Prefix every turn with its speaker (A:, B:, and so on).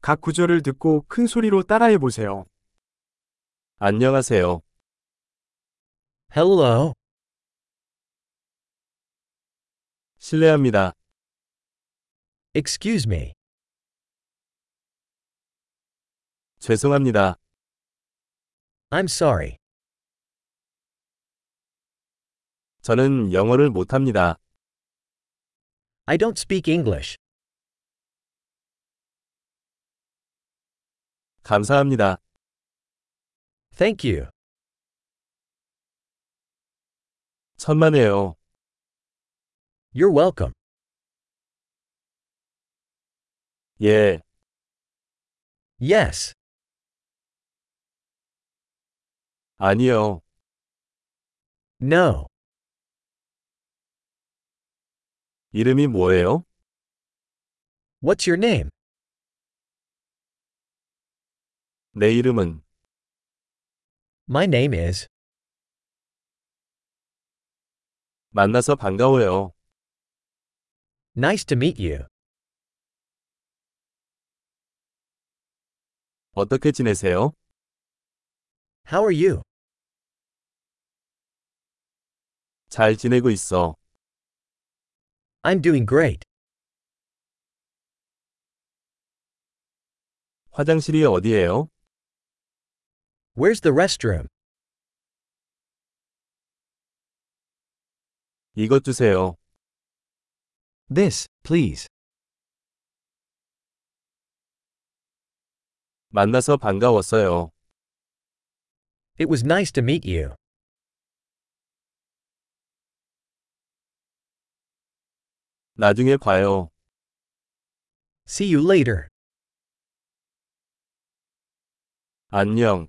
A: 각 구절을 듣고 큰 소리로 따라해 보세요. 안녕하세요.
B: Hello.
A: 실례합니다.
B: Excuse me.
A: 죄송합니다.
B: I'm sorry.
A: 저는 영어를 못합니다.
B: I don't speak English.
A: 감사합니다.
B: Thank you.
A: 천만에요.
B: You're welcome.
A: 예,
B: Yes.
A: 아니요.
B: No.
A: 이름이 뭐예요?
B: What's your name?
A: 내 이름은
B: My name is.
A: 만나서 반가워요.
B: Nice to meet you.
A: 어떻게 지내세요?
B: How are you?
A: 잘 지내고 있어.
B: I'm doing great.
A: 화장실이 어디예요?
B: Where's the restroom?
A: 이것 주세요.
B: This, please.
A: 만나서 반가웠어요.
B: It was nice to meet you.
A: 나중에 봐요.
B: See you later.
A: 안녕.